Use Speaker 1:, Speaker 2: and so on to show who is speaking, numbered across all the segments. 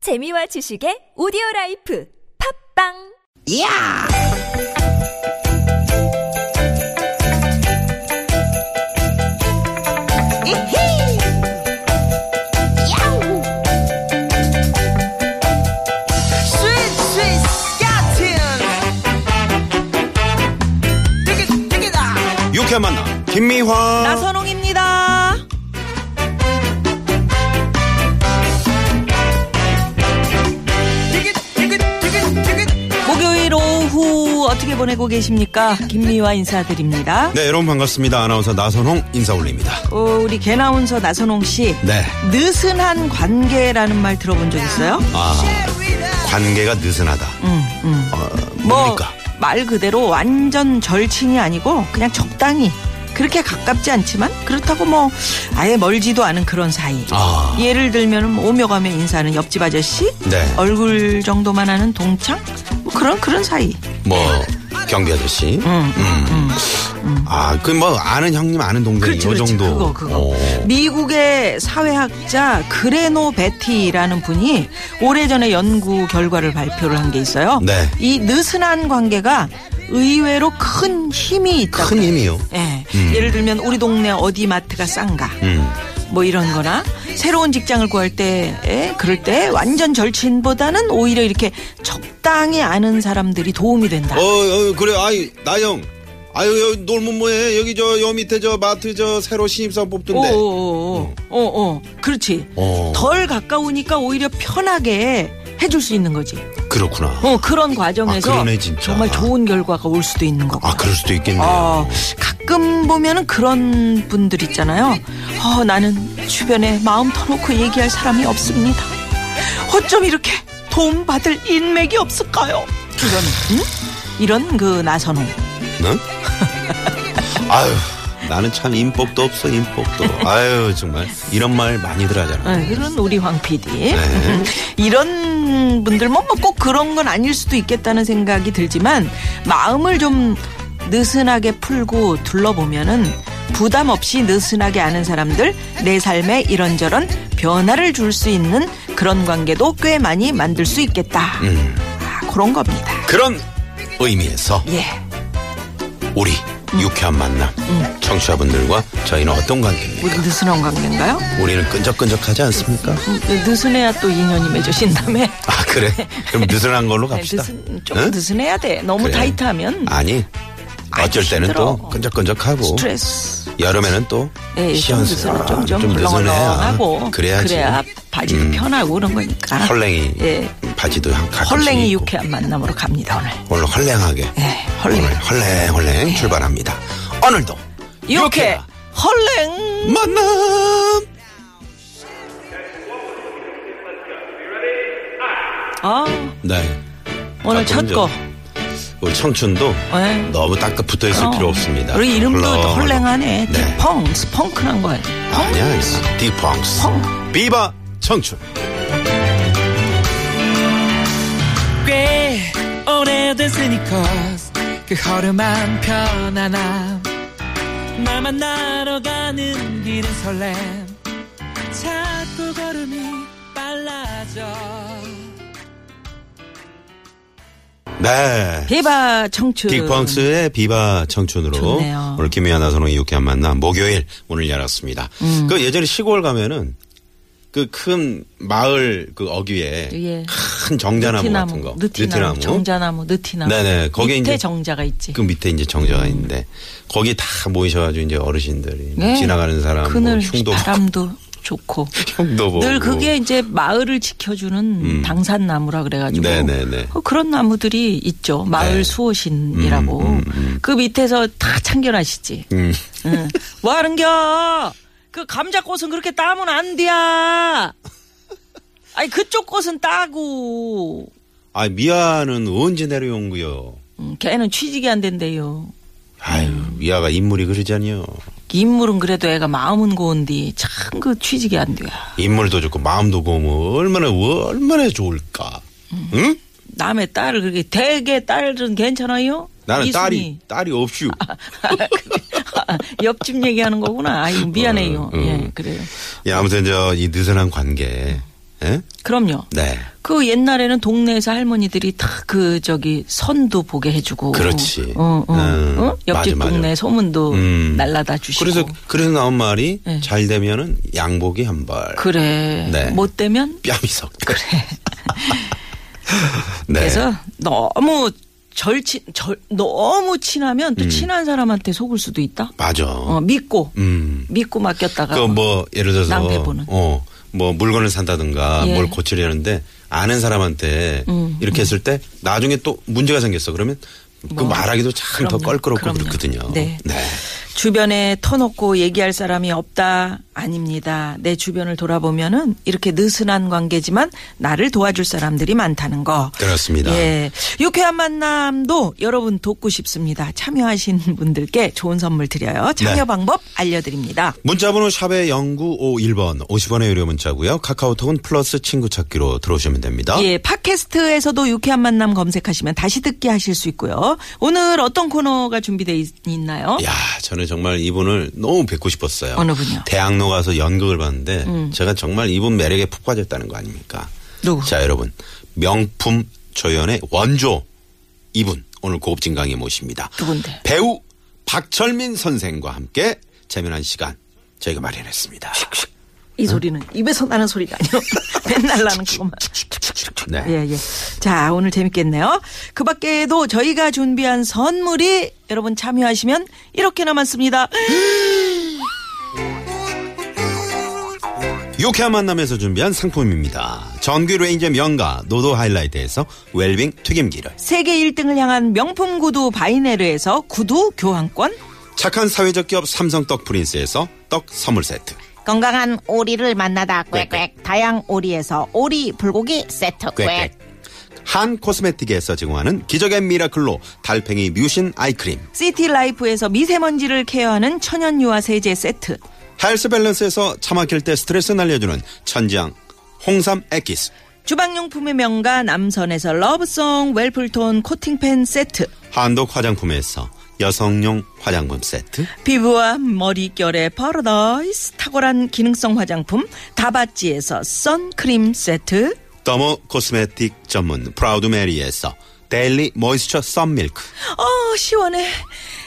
Speaker 1: 재미와 지식의 오디오 라이프 팝빵!
Speaker 2: 이야! 이히! 야우! 스윗, 스윗, 야틴! 띠기, 띠기다!
Speaker 3: 유쾌한 만남 김미화
Speaker 2: 나선홍입니다! 띠기, 띠기, 띠기, 띠기.
Speaker 4: 목요일 오후 어떻게 보내고 계십니까? 김미화 인사드립니다.
Speaker 3: 네 여러분 반갑습니다 아나운서 나선홍 인사 올립니다
Speaker 4: 어, 우리 개나운서 나선홍 씨.
Speaker 3: 네
Speaker 4: 느슨한 관계라는 말 들어본 적 있어요?
Speaker 3: 아, 관계가 느슨하다
Speaker 4: 음,
Speaker 3: 어,
Speaker 4: 뭐?
Speaker 3: 뭡니까
Speaker 4: 말 그대로 완전 절친이 아니고 그냥 적당히 그렇게 가깝지 않지만 그렇다고 뭐 아예 멀지도 않은 그런 사이.
Speaker 3: 아.
Speaker 4: 예를 들면 뭐 오며 가며 인사하는 옆집 아저씨,
Speaker 3: 네.
Speaker 4: 얼굴 정도만 아는 동창, 뭐 그런 그런 사이.
Speaker 3: 뭐 경비 아저씨
Speaker 4: 음,
Speaker 3: 음. 아그 뭐 아는 형님 아는 동생
Speaker 4: 그렇죠,
Speaker 3: 요
Speaker 4: 그렇죠.
Speaker 3: 정도
Speaker 4: 그거 그거.
Speaker 3: 어.
Speaker 4: 미국의 사회학자 그레노 베티라는 분이 오래전에 연구 결과를 발표를 한 게 있어요.
Speaker 3: 네.
Speaker 4: 이 느슨한 관계가 의외로 큰 힘이 있다.
Speaker 3: 큰 힘이요
Speaker 4: 예. 예를 들면 우리 동네 어디 마트가 싼가.
Speaker 3: 음.
Speaker 4: 뭐 이런 거나 새로운 직장을 구할 때 예, 그럴 때 완전 절친보다는 오히려 이렇게 적당히 아는 사람들이 도움이 된다.
Speaker 3: 어, 어 그래 아이 나영 아유 여기 놀면 뭐해 여기 저 여 밑에 저 마트 저 새로 신입사원 뽑던데 음.
Speaker 4: 오오오. 어, 어. 그렇지.
Speaker 3: 어.
Speaker 4: 덜 가까우니까 오히려 편하게 해줄 수 있는 거지.
Speaker 3: 그렇구나
Speaker 4: 어, 그런 과정에서
Speaker 3: 아, 그러네, 진짜.
Speaker 4: 정말 좋은 결과가 올 수도 있는 거고.
Speaker 3: 아 그럴 수도 있겠네요
Speaker 4: 어, 가끔 보면은 그런 분들 있잖아요. 어, 나는 주변에 마음 터놓고 얘기할 사람이 없습니다. 어쩜 이렇게 도움받을 인맥이 없을까요? 이런, 응? 이런 그 나선홍.
Speaker 3: 네? 아유, 나는 참 인복도 없어, 인복도. 아유, 정말. 이런 말 많이들 하잖아. 네.
Speaker 4: 네, 이런 우리 황 PD. 이런 분들, 뭐, 뭐, 꼭 그런 건 아닐 수도 있겠다는 생각이 들지만, 마음을 좀 느슨하게 풀고 둘러보면은, 부담 없이 느슨하게 아는 사람들, 내 삶에 이런저런 변화를 줄 수 있는 그런 관계도 꽤 많이 만들 수 있겠다.
Speaker 3: 음.
Speaker 4: 아, 그런 겁니다.
Speaker 3: 그런 의미에서
Speaker 4: 예.
Speaker 3: 우리 유쾌한 만남. 청취자분들과 저희는 어떤 관계입니까?
Speaker 4: 우리 뭐 느슨한 관계인가요?
Speaker 3: 우리는 끈적끈적하지 않습니까?
Speaker 4: 음, 느슨해야 또 인연이 맺어진 다음에. 네,
Speaker 3: 아, 그래? 그럼 느슨한 걸로 갑시다.
Speaker 4: 느슨, 좀
Speaker 3: 응?
Speaker 4: 느슨해야 돼. 너무
Speaker 3: 그래.
Speaker 4: 타이트하면
Speaker 3: 아니, 뭐. 어쩔 때는
Speaker 4: 힘들어.
Speaker 3: 또 끈적끈적하고.
Speaker 4: 스트레스.
Speaker 3: 여름에는 또
Speaker 4: 예, 좀
Speaker 3: 시원스러워.
Speaker 4: 느슨해, 좀, 좀,
Speaker 3: 느슨해야.
Speaker 4: 물렁하고
Speaker 3: 그래야지. 음.
Speaker 4: 그래야 바지도 편하고 그런 거니까.
Speaker 3: 헐랭이 아,
Speaker 4: 예.
Speaker 3: 바지도 가끔씩
Speaker 4: 헐랭이
Speaker 3: 입고.
Speaker 4: 유쾌한 만남으로 갑니다 오늘.
Speaker 3: 오늘 헐랭하게.
Speaker 4: 예, 헐랭.
Speaker 3: 오늘 헐랭헐랭 출발합니다. 오늘도
Speaker 4: 네. 유쾌 헐랭.
Speaker 3: 만남.
Speaker 4: 아
Speaker 3: 네.
Speaker 4: 오늘
Speaker 3: 자,
Speaker 4: 첫
Speaker 3: 먼저
Speaker 4: 거.
Speaker 3: 우리 청춘도
Speaker 4: 네.
Speaker 3: 너무 딱 붙어 있을
Speaker 4: 어.
Speaker 3: 필요 없습니다.
Speaker 4: 우리 이름도
Speaker 3: 헐렁헐렁.
Speaker 4: 헐랭하네.
Speaker 3: 네.
Speaker 4: 펑 스펑크란 거야.
Speaker 3: 아니야, 아니야. 디펑스.
Speaker 4: 펑.
Speaker 3: 비바 청춘.
Speaker 5: 꽤 오래된 스니커스 그 허름한 편안함 날 만나러 가는 길은 설렘 자꾸 걸음이 빨라져
Speaker 3: 네.
Speaker 4: 비바 청춘.
Speaker 3: 딕펑스의 비바 청춘으로
Speaker 4: 그 좋네요.
Speaker 3: 오늘 김미아 나선홍이 유쾌한 만남 목요일 문을 열었습니다.
Speaker 4: 음.
Speaker 3: 그 예전에 시골 가면은 그 큰 마을 그 어귀에
Speaker 4: 예.
Speaker 3: 큰 정자나무 같은 거,
Speaker 4: 느티나무, 느티나무, 정자나무, 느티나무.
Speaker 3: 네네, 거기에
Speaker 4: 밑에
Speaker 3: 이제
Speaker 4: 정자가 있지.
Speaker 3: 그 밑에 이제 정자가 있는데 거기 다 모이셔가지고 이제 어르신들이
Speaker 4: 예.
Speaker 3: 지나가는 사람 뭐
Speaker 4: 그늘
Speaker 3: 흉도
Speaker 4: 바람도 좋고.
Speaker 3: 흉도 보고 음.
Speaker 4: 늘 그게 이제 마을을 지켜주는 당산나무라 그래가지고
Speaker 3: 네네네.
Speaker 4: 어, 그런 나무들이 있죠. 마을
Speaker 3: 네.
Speaker 4: 수호신이라고 그 밑에서 다 참견하시지.
Speaker 3: 음.
Speaker 4: 응. 뭐 하는겨? 그 감자꽃은 그렇게 따면 안 돼야. 아니 그쪽 꽃은 따고
Speaker 3: 아 미아는 언제 내려온 거요?
Speaker 4: 음, 걔는 취직이 안 된대요.
Speaker 3: 아유 미아가 인물이 그러잖요.
Speaker 4: 인물은 그래도 애가 마음은 고운디 참 그 취직이 안 돼요.
Speaker 3: 인물도 좋고 마음도 고면 얼마나 얼마나 좋을까? 응?
Speaker 4: 남의 딸을 그렇게 대개 딸은 괜찮아요?
Speaker 3: 나는
Speaker 4: 이순이.
Speaker 3: 딸이 딸이 없슈.
Speaker 4: 아, 옆집 얘기하는 거구나. 아유 미안해요.
Speaker 3: 음, 음.
Speaker 4: 예, 그래요.
Speaker 3: 예, 아무튼 저 이 느슨한 관계. 예?
Speaker 4: 그럼요.
Speaker 3: 네.
Speaker 4: 그 옛날에는 동네에서 할머니들이 다 그 저기 선도 보게 해주고.
Speaker 3: 그렇지.
Speaker 4: 어, 어,
Speaker 3: 음,
Speaker 4: 어? 옆집
Speaker 3: 맞아, 맞아.
Speaker 4: 동네 소문도
Speaker 3: 음.
Speaker 4: 날라다 주시고.
Speaker 3: 그래서 그래서 나온 말이
Speaker 4: 네.
Speaker 3: 잘 되면은 양복이 한 벌.
Speaker 4: 그래. 뭐
Speaker 3: 네.
Speaker 4: 못 되면
Speaker 3: 뺨이 석. 그래. 네.
Speaker 4: 그래서 너무 절친 절 너무 친하면
Speaker 3: 음.
Speaker 4: 또 친한 사람한테 속을 수도 있다.
Speaker 3: 맞아.
Speaker 4: 어, 믿고
Speaker 3: 음.
Speaker 4: 믿고 맡겼다가
Speaker 3: 뭐. 그 뭐 예를 들어서
Speaker 4: 낭패 보는.
Speaker 3: 어. 뭐 물건을 산다든가
Speaker 4: 예. 음,
Speaker 3: 뭘 고치려는데 아는 사람한테 이렇게 했을 때 나중에 또 문제가 생겼어. 그러면 그
Speaker 4: 뭐.
Speaker 3: 말하기도 참 더
Speaker 4: 그럼요.
Speaker 3: 껄끄럽고
Speaker 4: 그럼요.
Speaker 3: 그렇거든요.
Speaker 4: 네. 주변에 터놓고 얘기할 사람이 없다 아닙니다. 내 주변을 돌아보면은 이렇게 느슨한 관계지만 나를 도와줄 사람들이 많다는 거.
Speaker 3: 그렇습니다.
Speaker 4: 예. 유쾌한 만남도 여러분 돕고 싶습니다. 참여하신 분들께 좋은 선물 드려요. 참여
Speaker 3: 네.
Speaker 4: 방법 알려드립니다.
Speaker 3: 문자번호 샵의 0951번 50원의 유료 문자고요. 카카오톡은 플러스 친구 찾기로 들어오시면 됩니다.
Speaker 4: 예, 팟캐스트에서도 유쾌한 만남 검색하시면 다시 듣기 하실 수 있고요. 오늘 어떤 코너가 준비되어 있나요?
Speaker 3: 야, 저는 정말 이분을 너무 뵙고 싶었어요.
Speaker 4: 어느 분이요? 음.
Speaker 3: 대학로 가서 연극을 봤는데 제가 정말 이분 매력에 푹 빠졌다는 거 아닙니까?
Speaker 4: 누구?
Speaker 3: 자, 여러분. 명품 조연의 원조 이분 오늘 고급진 강의 모십니다.
Speaker 4: 누군데?
Speaker 3: 배우 박철민 선생과 함께 재미난 시간 저희가 마련했습니다.
Speaker 4: 이 소리는 입에서 나는 소리가 아니요. 맨날 나는 그것만.
Speaker 3: 네.
Speaker 4: 예, 예. 자, 오늘 재밌겠네요. 그 밖에도 저희가 준비한 선물이 여러분 참여하시면 이렇게 남았습니다.
Speaker 3: 유쾌한 만남에서 준비한 상품입니다. 전기 레인저 명가 노도 하이라이트에서 웰빙 튀김기를
Speaker 4: 세계 1등을 향한 명품 구두 바이네르에서 구두 교환권,
Speaker 3: 착한 사회적 기업 삼성 떡 프린스에서 떡 선물 세트
Speaker 6: 건강한 오리를 만나다 꽥꽥 다양 오리에서 오리 불고기 세트 꽥꽥
Speaker 3: 꽥꽥 한 코스메틱에서 제공하는 기적의 미라클로 달팽이 뮤신 아이크림
Speaker 4: 시티 라이프에서 미세먼지를 케어하는 천연 유화 세제 세트,
Speaker 3: 헬스 밸런스에서 차 막힐 때 스트레스 날려주는 천지향 홍삼 액기스
Speaker 4: 주방용품의 명가 남선에서 러브송 웰플톤 코팅팬 세트,
Speaker 3: 한독 화장품에서 여성용 화장품 세트
Speaker 4: 피부와 머릿결의 파라다이스 탁월한 기능성 화장품 다바찌에서 선크림 세트
Speaker 3: 더모 코스메틱 전문 프라우드 메리에서 데일리 모이스처 썬밀크
Speaker 4: 어 시원해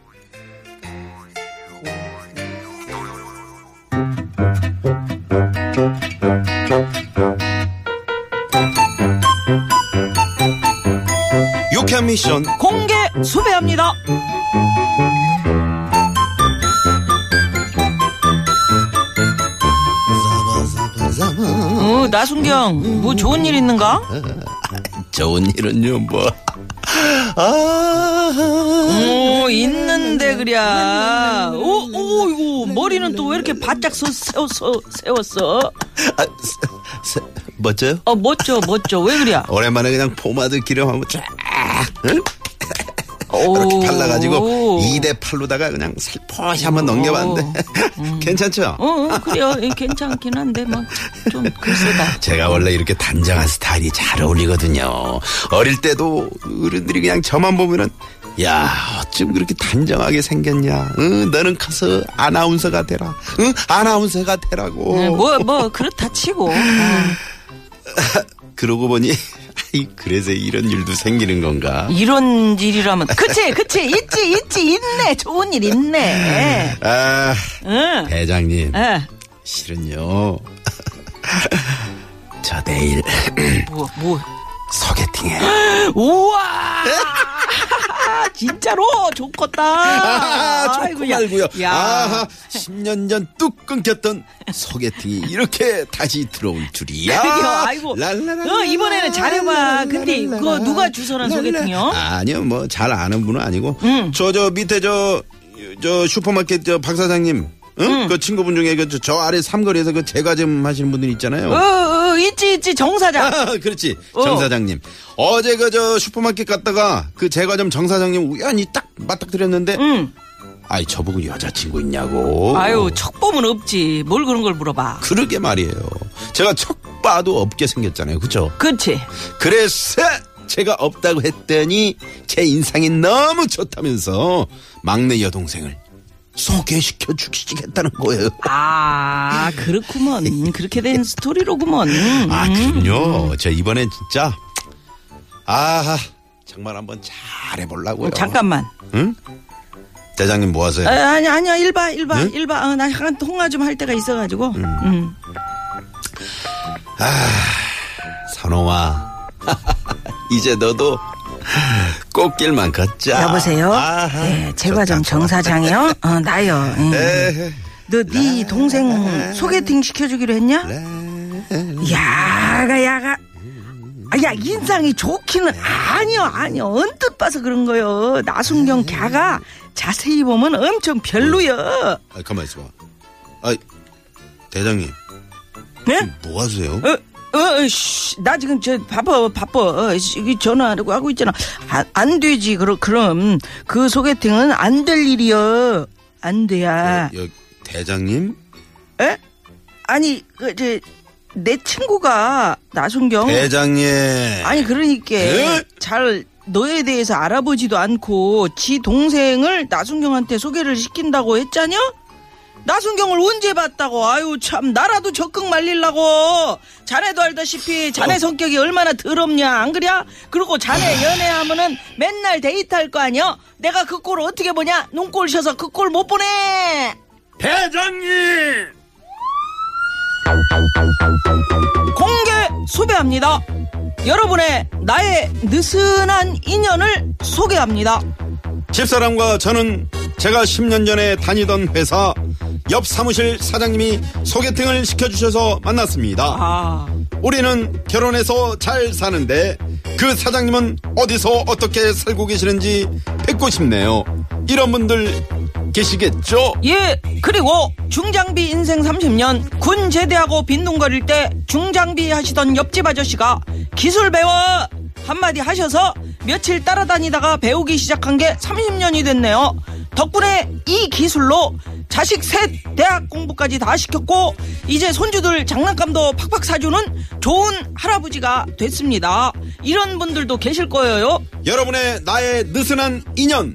Speaker 4: 부탁드려요.
Speaker 3: 유쾌한 미션
Speaker 4: 공개 수배합니다 어, 나순경 뭐 좋은 일 있는가?
Speaker 3: 좋은 일은요 뭐 아,
Speaker 4: 오 어, 있는데 그랴 오, 오 이거 어, 머리는 또 왜 이렇게 바짝 서, 세웠어 세웠어
Speaker 3: 아, 세- 세- 멋져요?
Speaker 4: 어 멋져 멋져 왜 그랴
Speaker 3: 오랜만에 그냥 포마드 기름 한번 쫙 응?
Speaker 4: 오.
Speaker 3: 이렇게 발라가지고 2대 8로다가 그냥 살포시 한번 넘겨봤는데 괜찮죠?
Speaker 4: 어, 어 그래요 예, 괜찮긴 한데 막 좀 글쎄다
Speaker 3: 제가 원래 이렇게 단정한 스타일이 잘 어울리거든요. 어릴 때도 어른들이 그냥 저만 보면은 야 어쩜 그렇게 단정하게 생겼냐? 응, 너는 커서 아나운서가 되라. 응, 아나운서가 되라고.
Speaker 4: 뭐 뭐 그렇다 치고 어,
Speaker 3: 그러고 보니 아이, 그래서 이런 일도 생기는 건가?
Speaker 4: 이런 일이라면 그치 그치 있지 있지 있네 좋은 일 있네
Speaker 3: 아
Speaker 4: 응
Speaker 3: 대장님
Speaker 4: 예.
Speaker 3: 실은요. 저 내일
Speaker 4: 뭐, 뭐.
Speaker 3: 소개팅해.
Speaker 4: 우와! 진짜로 좋겠다.
Speaker 3: 아,
Speaker 4: 아이고,
Speaker 3: 좋고
Speaker 4: 야.
Speaker 3: 말고요.
Speaker 4: 야.
Speaker 3: 아하, 10년 전 뚝 끊겼던 소개팅이 이렇게 다시 들어올 줄이야.
Speaker 4: 그러게요. 아이고.
Speaker 3: 랄라랄라.
Speaker 4: 어, 이번에는 잘해봐. 근데
Speaker 3: 랄라랄라.
Speaker 4: 그거 누가 주선한
Speaker 3: 랄라.
Speaker 4: 소개팅이요? 음.
Speaker 3: 아니요, 뭐 잘 아는 분은 아니고. 저 저 밑에 저 저 슈퍼마켓 저
Speaker 4: 음.
Speaker 3: 박사장님. 응? 그 친구분 중에 그 저 아래 삼거리에서 그 제과 점 하시는 분들 있잖아요.
Speaker 4: 어, 어, 그 있지 있지 정 사장.
Speaker 3: 아, 그렇지. 정
Speaker 4: 어.
Speaker 3: 사장님. 어제 그 저 슈퍼마켓 갔다가 그 제과점 정 사장님 우연히 딱 맞닥뜨렸는데
Speaker 4: 응.
Speaker 3: 아이 저보고 여자친구 있냐고.
Speaker 4: 아유 척범은 없지. 뭘 그런 걸 물어봐.
Speaker 3: 그러게 말이에요. 제가 척 봐도 없게 생겼잖아요. 그죠?
Speaker 4: 그렇지.
Speaker 3: 그래서 제가 없다고 했더니 제 인상이 너무 좋다면서 막내 여동생을 소개시켜 주시겠다는 거예요.
Speaker 4: 아 그렇구먼. 그렇게 된 스토리로구먼.
Speaker 3: 아, 그럼요. 저 이번엔 진짜 아, 정말 한번 잘 해보려고요.
Speaker 4: 어, 잠깐만.
Speaker 3: 대장님 뭐 하세요?
Speaker 4: 아, 아니 아니야 일봐 일봐
Speaker 3: 네?
Speaker 4: 일봐. 아, 나 약간 통화 좀 할 때가 있어가지고. 음.
Speaker 3: 선홍아 이제 너도 꽃길만 걷자
Speaker 4: 여보세요.
Speaker 3: 아하,
Speaker 4: 네,
Speaker 3: 좋다, 네.
Speaker 4: 제과점 정
Speaker 3: 좋아.
Speaker 4: 사장이요. 어, 나요. 음.
Speaker 3: 에헤,
Speaker 4: 너 네 동생 소개팅 시켜주기로 했냐?
Speaker 3: 네.
Speaker 4: 야가 야가. 아, 야 인상이 좋기는 아니요 아니요 언뜻 봐서 그런 거요. 나순경
Speaker 3: 네.
Speaker 4: 걔가 자세히 보면 엄청 별로요.
Speaker 3: 아, 가만 있어봐 아, 대장님
Speaker 4: 네?
Speaker 3: 뭐 하세요?
Speaker 4: 어, 어, 씨, 나 지금 저 바빠 바빠 어, 씨, 이게 전화하고 하고 있잖아. 아, 안 되지 그럼 그럼 그 소개팅은 안 될 일이요. 안 돼야.
Speaker 3: 여, 대장님?
Speaker 4: 에? 아니 그, 그저내 친구가 나순경.
Speaker 3: 대장님
Speaker 4: 어? 아니 그러니까
Speaker 3: 에?
Speaker 4: 잘 너에 대해서 알아보지도 않고 지 동생을 나순경한테 소개를 시킨다고 했잖여? 나순경을 언제 봤다고? 아유 참 나라도 적극 말리려고 자네도 알다시피 자네 성격이 얼마나 더럽냐 안 그랴? 그리고 자네 연애하면은 맨날 데이트할 거 아니여? 내가 그 꼴 어떻게 보냐? 눈꼴 셔서 그 꼴 못 보네
Speaker 3: 대장님
Speaker 4: 공개 수배합니다. 여러분의 나의 느슨한 인연을 소개합니다.
Speaker 3: 집사람과 저는 제가 10년 전에 다니던 회사 옆 사무실 사장님이 소개팅을 시켜주셔서 만났습니다
Speaker 4: 아,
Speaker 3: 우리는 결혼해서 잘 사는데 그 사장님은 어디서 어떻게 살고 계시는지 뵙고 싶네요. 이런 분들 계시겠죠?
Speaker 4: 예, 그리고 중장비 인생 30년 군 제대하고 빈둥거릴 때 중장비 하시던 옆집 아저씨가 기술 배워 한마디 하셔서 며칠 따라다니다가 배우기 시작한 게 30년이 됐네요. 덕분에 이 기술로 자식 셋 대학 공부까지 다 시켰고 이제 손주들 장난감도 팍팍 사주는 좋은 할아버지가 됐습니다. 이런 분들도 계실 거예요.
Speaker 3: 여러분의 나의 느슨한 인연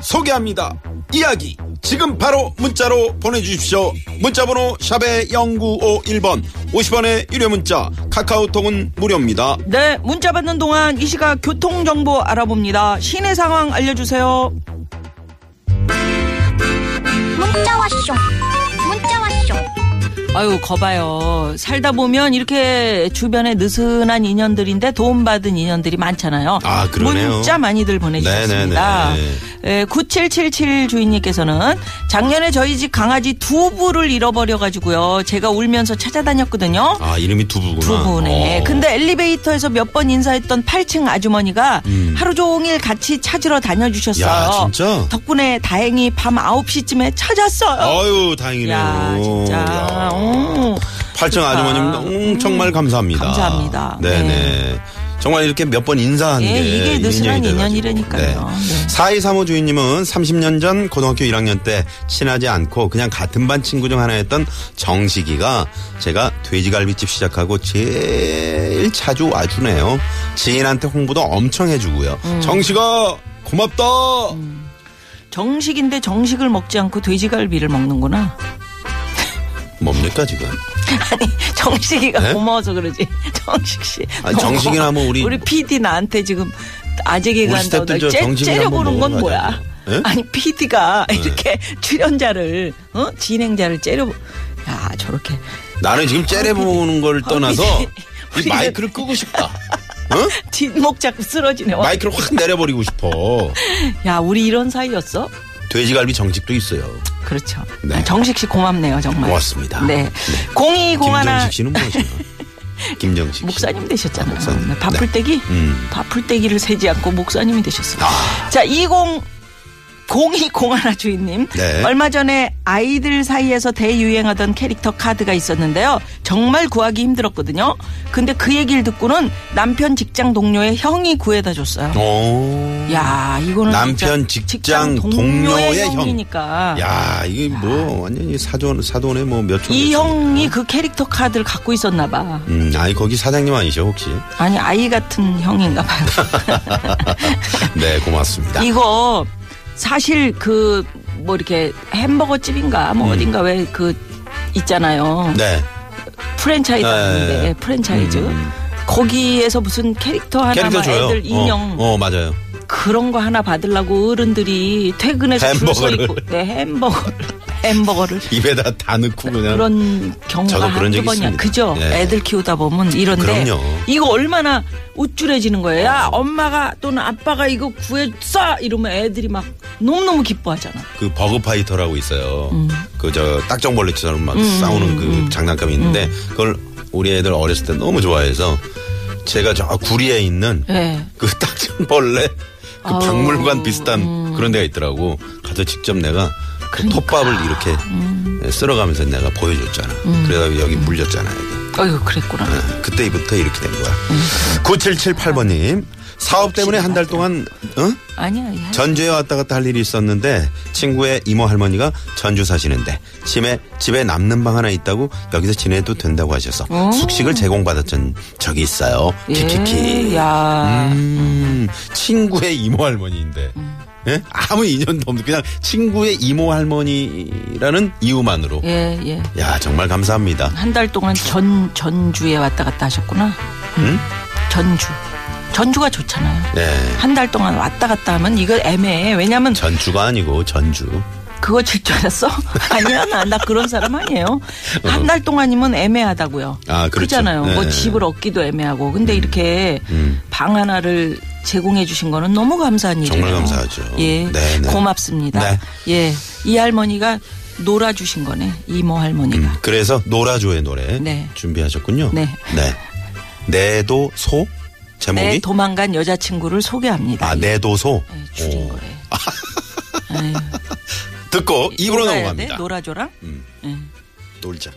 Speaker 3: 소개합니다. 이야기 지금 바로 문자로 보내주십시오. 문자번호 샵의 0951번 50원의 유료 문자 카카오톡은 무료입니다.
Speaker 4: 네, 문자 받는 동안 이 시각 교통 정보 알아봅니다. 시내 상황 알려주세요.
Speaker 7: 문자 왔쇼 문자 왔쇼
Speaker 4: 아유, 거봐요. 살다 보면 이렇게 주변에 느슨한 인연들인데 도움받은 인연들이 많잖아요.
Speaker 3: 아, 그러네요.
Speaker 4: 문자 많이들 보내주셨습니다.
Speaker 3: 네네네.
Speaker 4: 에, 9777 주인님께서는 작년에 저희 집 강아지 두부를 잃어버려가지고요. 제가 울면서 찾아다녔거든요.
Speaker 3: 아 이름이 두부구나. 어.
Speaker 4: 두부네. 근데 엘리베이터에서 몇 번 인사했던 8층 아주머니가 하루 종일 같이 찾으러 다녀주셨어요.
Speaker 3: 음. 야, 진짜?
Speaker 4: 덕분에 다행히 밤 9시쯤에 찾았어요.
Speaker 3: 아유 다행이네요.
Speaker 4: 야, 진짜.
Speaker 3: 야.
Speaker 4: 오.
Speaker 3: 8층
Speaker 4: 그러니까.
Speaker 3: 아주머님 너무 정말 감사합니다.
Speaker 4: 감사합니다.
Speaker 3: 네네.
Speaker 4: 네.
Speaker 3: 정말 이렇게 몇 번 인사한
Speaker 4: 예,
Speaker 3: 게
Speaker 4: 이게 느슨한
Speaker 3: 인연이 돼가지고.
Speaker 4: 인연이라니까요. 네.
Speaker 3: 4235 주인님은 30년 전 고등학교 1학년 때 친하지 않고 그냥 같은 반 친구 중 하나였던 정식이가 제가 돼지갈비집 시작하고 제일 자주 와주네요. 지인한테 홍보도 엄청 해주고요.
Speaker 4: 음.
Speaker 3: 정식아 고맙다.
Speaker 4: 정식인데 정식을 먹지 않고 돼지갈비를 먹는구나.
Speaker 3: 뭡니까 지금?
Speaker 4: 아니, 정식이가
Speaker 3: 네?
Speaker 4: 고마워서 그러지. 정식 씨.
Speaker 3: 아니, 정식이나 뭐 우리-
Speaker 4: 우리 PD 나한테 지금
Speaker 3: 우리
Speaker 4: 아재기간
Speaker 3: 스태프들 저 정식이나
Speaker 4: 째려보는
Speaker 3: 한번
Speaker 4: 건 뭐야?
Speaker 3: 먹어봐야 돼. 네. 예?
Speaker 4: 아니, PD가 이렇게 출연자를, 어? 진행자를 째려, 야, 저렇게.
Speaker 3: 나는 지금 째려보는 걸 떠나서
Speaker 4: 우리-
Speaker 3: 이 마이크를 끄고 싶다. 어?
Speaker 4: 뒷목 잡고 쓰러지네. 와.
Speaker 3: 마이크를 확 내려버리고 싶어.
Speaker 4: 야, 우리 이런 사이였어?
Speaker 3: 돼지갈비 정식도 있어요.
Speaker 4: 그렇죠.
Speaker 3: 네.
Speaker 4: 아, 정식 씨 고맙네요, 정말.
Speaker 3: 고맙습니다.
Speaker 4: 네. 공이 공하나
Speaker 3: 김정식 씨는 뭐시나? 김정식 씨.
Speaker 4: 목사님 되셨잖아요.
Speaker 3: 아, 목사님.
Speaker 4: 네, 밥풀떼기?
Speaker 3: 음.
Speaker 4: 밥풀떼기를 세지 않고 목사님이 되셨어요.
Speaker 3: 아.
Speaker 4: 자, 20 0201 주인님.
Speaker 3: 네.
Speaker 4: 얼마 전에 아이들 사이에서 대유행하던 캐릭터 카드가 있었는데요. 정말 구하기 힘들었거든요. 근데 그 얘기를 듣고는 남편 직장 동료의 형이 구해다 줬어요.
Speaker 3: 오.
Speaker 4: 야, 이거는
Speaker 3: 남편
Speaker 4: 진짜
Speaker 3: 직장 동료의 형.
Speaker 4: 형이니까.
Speaker 3: 야, 이게 뭐 완전히 사돈 사돈의 뭐몇천
Speaker 4: 이 형이 그 캐릭터 카드를 갖고 있었나 봐.
Speaker 3: 음, 아니 거기 사장님 아니죠 혹시?
Speaker 4: 아니 아이 같은 형인가 봐요.
Speaker 3: 네, 고맙습니다.
Speaker 4: 이거 사실 그 뭐 이렇게 햄버거 집인가 뭐 어딘가 왜 그 있잖아요.
Speaker 3: 음. 네,
Speaker 4: 프랜차이즈
Speaker 3: 네.
Speaker 4: 하는데 프랜차이즈
Speaker 3: 음.
Speaker 4: 거기에서 무슨 캐릭터 하나
Speaker 3: 캐릭터
Speaker 4: 막
Speaker 3: 줘요.
Speaker 4: 애들 인형
Speaker 3: 어, 어, 맞아요.
Speaker 4: 그런 거 하나 받으려고 어른들이 퇴근해서 줄 서
Speaker 3: 햄버거를.
Speaker 4: 있고 네, 햄버거 햄버거를
Speaker 3: 입에다 다 넣고 그냥.
Speaker 4: 그런 경우가
Speaker 3: 저도 그런
Speaker 4: 한두
Speaker 3: 적이
Speaker 4: 번이야.
Speaker 3: 있습니다.
Speaker 4: 그죠?
Speaker 3: 예.
Speaker 4: 애들 키우다 보면 이런데
Speaker 3: 그럼요. 어.
Speaker 4: 이거 얼마나 우쭐해지는 거예요. 야, 엄마가 또는 아빠가 이거 구해쏴 이러면 애들이 막 너무너무 기뻐하잖아.
Speaker 3: 그 버그파이터라고 있어요.
Speaker 4: 음.
Speaker 3: 그 저 딱정벌레처럼 막 싸우는 그 장난감이 있는데
Speaker 4: 음.
Speaker 3: 그걸 우리 애들 어렸을 때 너무 좋아해서 제가 저 구리에 있는
Speaker 4: 예.
Speaker 3: 그 딱정벌레 그
Speaker 4: 아우, 음.
Speaker 3: 박물관 비슷한 그런 데가 있더라고. 가서 직접 내가 그
Speaker 4: 그러니까.
Speaker 3: 톱밥을 이렇게
Speaker 4: 음.
Speaker 3: 예, 쓸어가면서 내가 보여줬잖아. 그래가 여기 물렸잖아. 여기.
Speaker 4: 어휴, 그랬구나.
Speaker 3: 아, 그때부터 이렇게 된 거야.
Speaker 4: 음.
Speaker 3: 9778번님. 사업 때문에 한 달 동안 어?
Speaker 4: 아니야. 예.
Speaker 3: 전주에 왔다 갔다 할 일이 있었는데 친구의 이모 할머니가 전주 사시는데 집에 집에 남는 방 하나 있다고 여기서 지내도 된다고 하셔서
Speaker 4: 어.
Speaker 3: 숙식을 제공받았던 적이 있어요. 키키키.
Speaker 4: 예. 야.
Speaker 3: 음, 친구의 이모 할머니인데.
Speaker 4: 음.
Speaker 3: 예? 아무 인연도 없는 그냥 친구의 이모 할머니라는 이유만으로.
Speaker 4: 예, 예.
Speaker 3: 야, 정말 감사합니다.
Speaker 4: 한 달 동안 전 전주에 왔다 갔다 하셨구나.
Speaker 3: 응?
Speaker 4: 전주. 전주가 좋잖아요.
Speaker 3: 네.
Speaker 4: 한 달 동안 왔다 갔다 하면 이거 애매해. 왜냐면
Speaker 3: 전주가 아니고 전주.
Speaker 4: 그거 질 줄 알았어? 아니야, 나, 나 그런 사람 아니에요. 한 달 동안이면 애매하다고요.
Speaker 3: 어. 아, 그렇죠.
Speaker 4: 잖아요
Speaker 3: 네. 음.
Speaker 4: 뭐 집을 얻기도 애매하고. 근데 이렇게 방 하나를 제공해 주신 거는 너무 감사한 일이에요.
Speaker 3: 정말 감사하죠.
Speaker 4: 예,
Speaker 3: 네, 네.
Speaker 4: 고맙습니다.
Speaker 3: 네.
Speaker 4: 예, 이 할머니가 놀아주신 거네. 이모 할머니가.
Speaker 3: 그래서 노라조의 노래
Speaker 4: 음. 네.
Speaker 3: 준비하셨군요.
Speaker 4: 네.
Speaker 3: 내도 소 제목이
Speaker 4: 내 도망간 여자친구를 소개합니다.
Speaker 3: 아 내도 소.
Speaker 4: 예, 줄인
Speaker 3: 오.
Speaker 4: 거래. 아유,
Speaker 3: 듣고 입으로
Speaker 4: 놀아야 돼?
Speaker 3: 넘어갑니다.
Speaker 4: 놀아줘라.
Speaker 3: 놀자.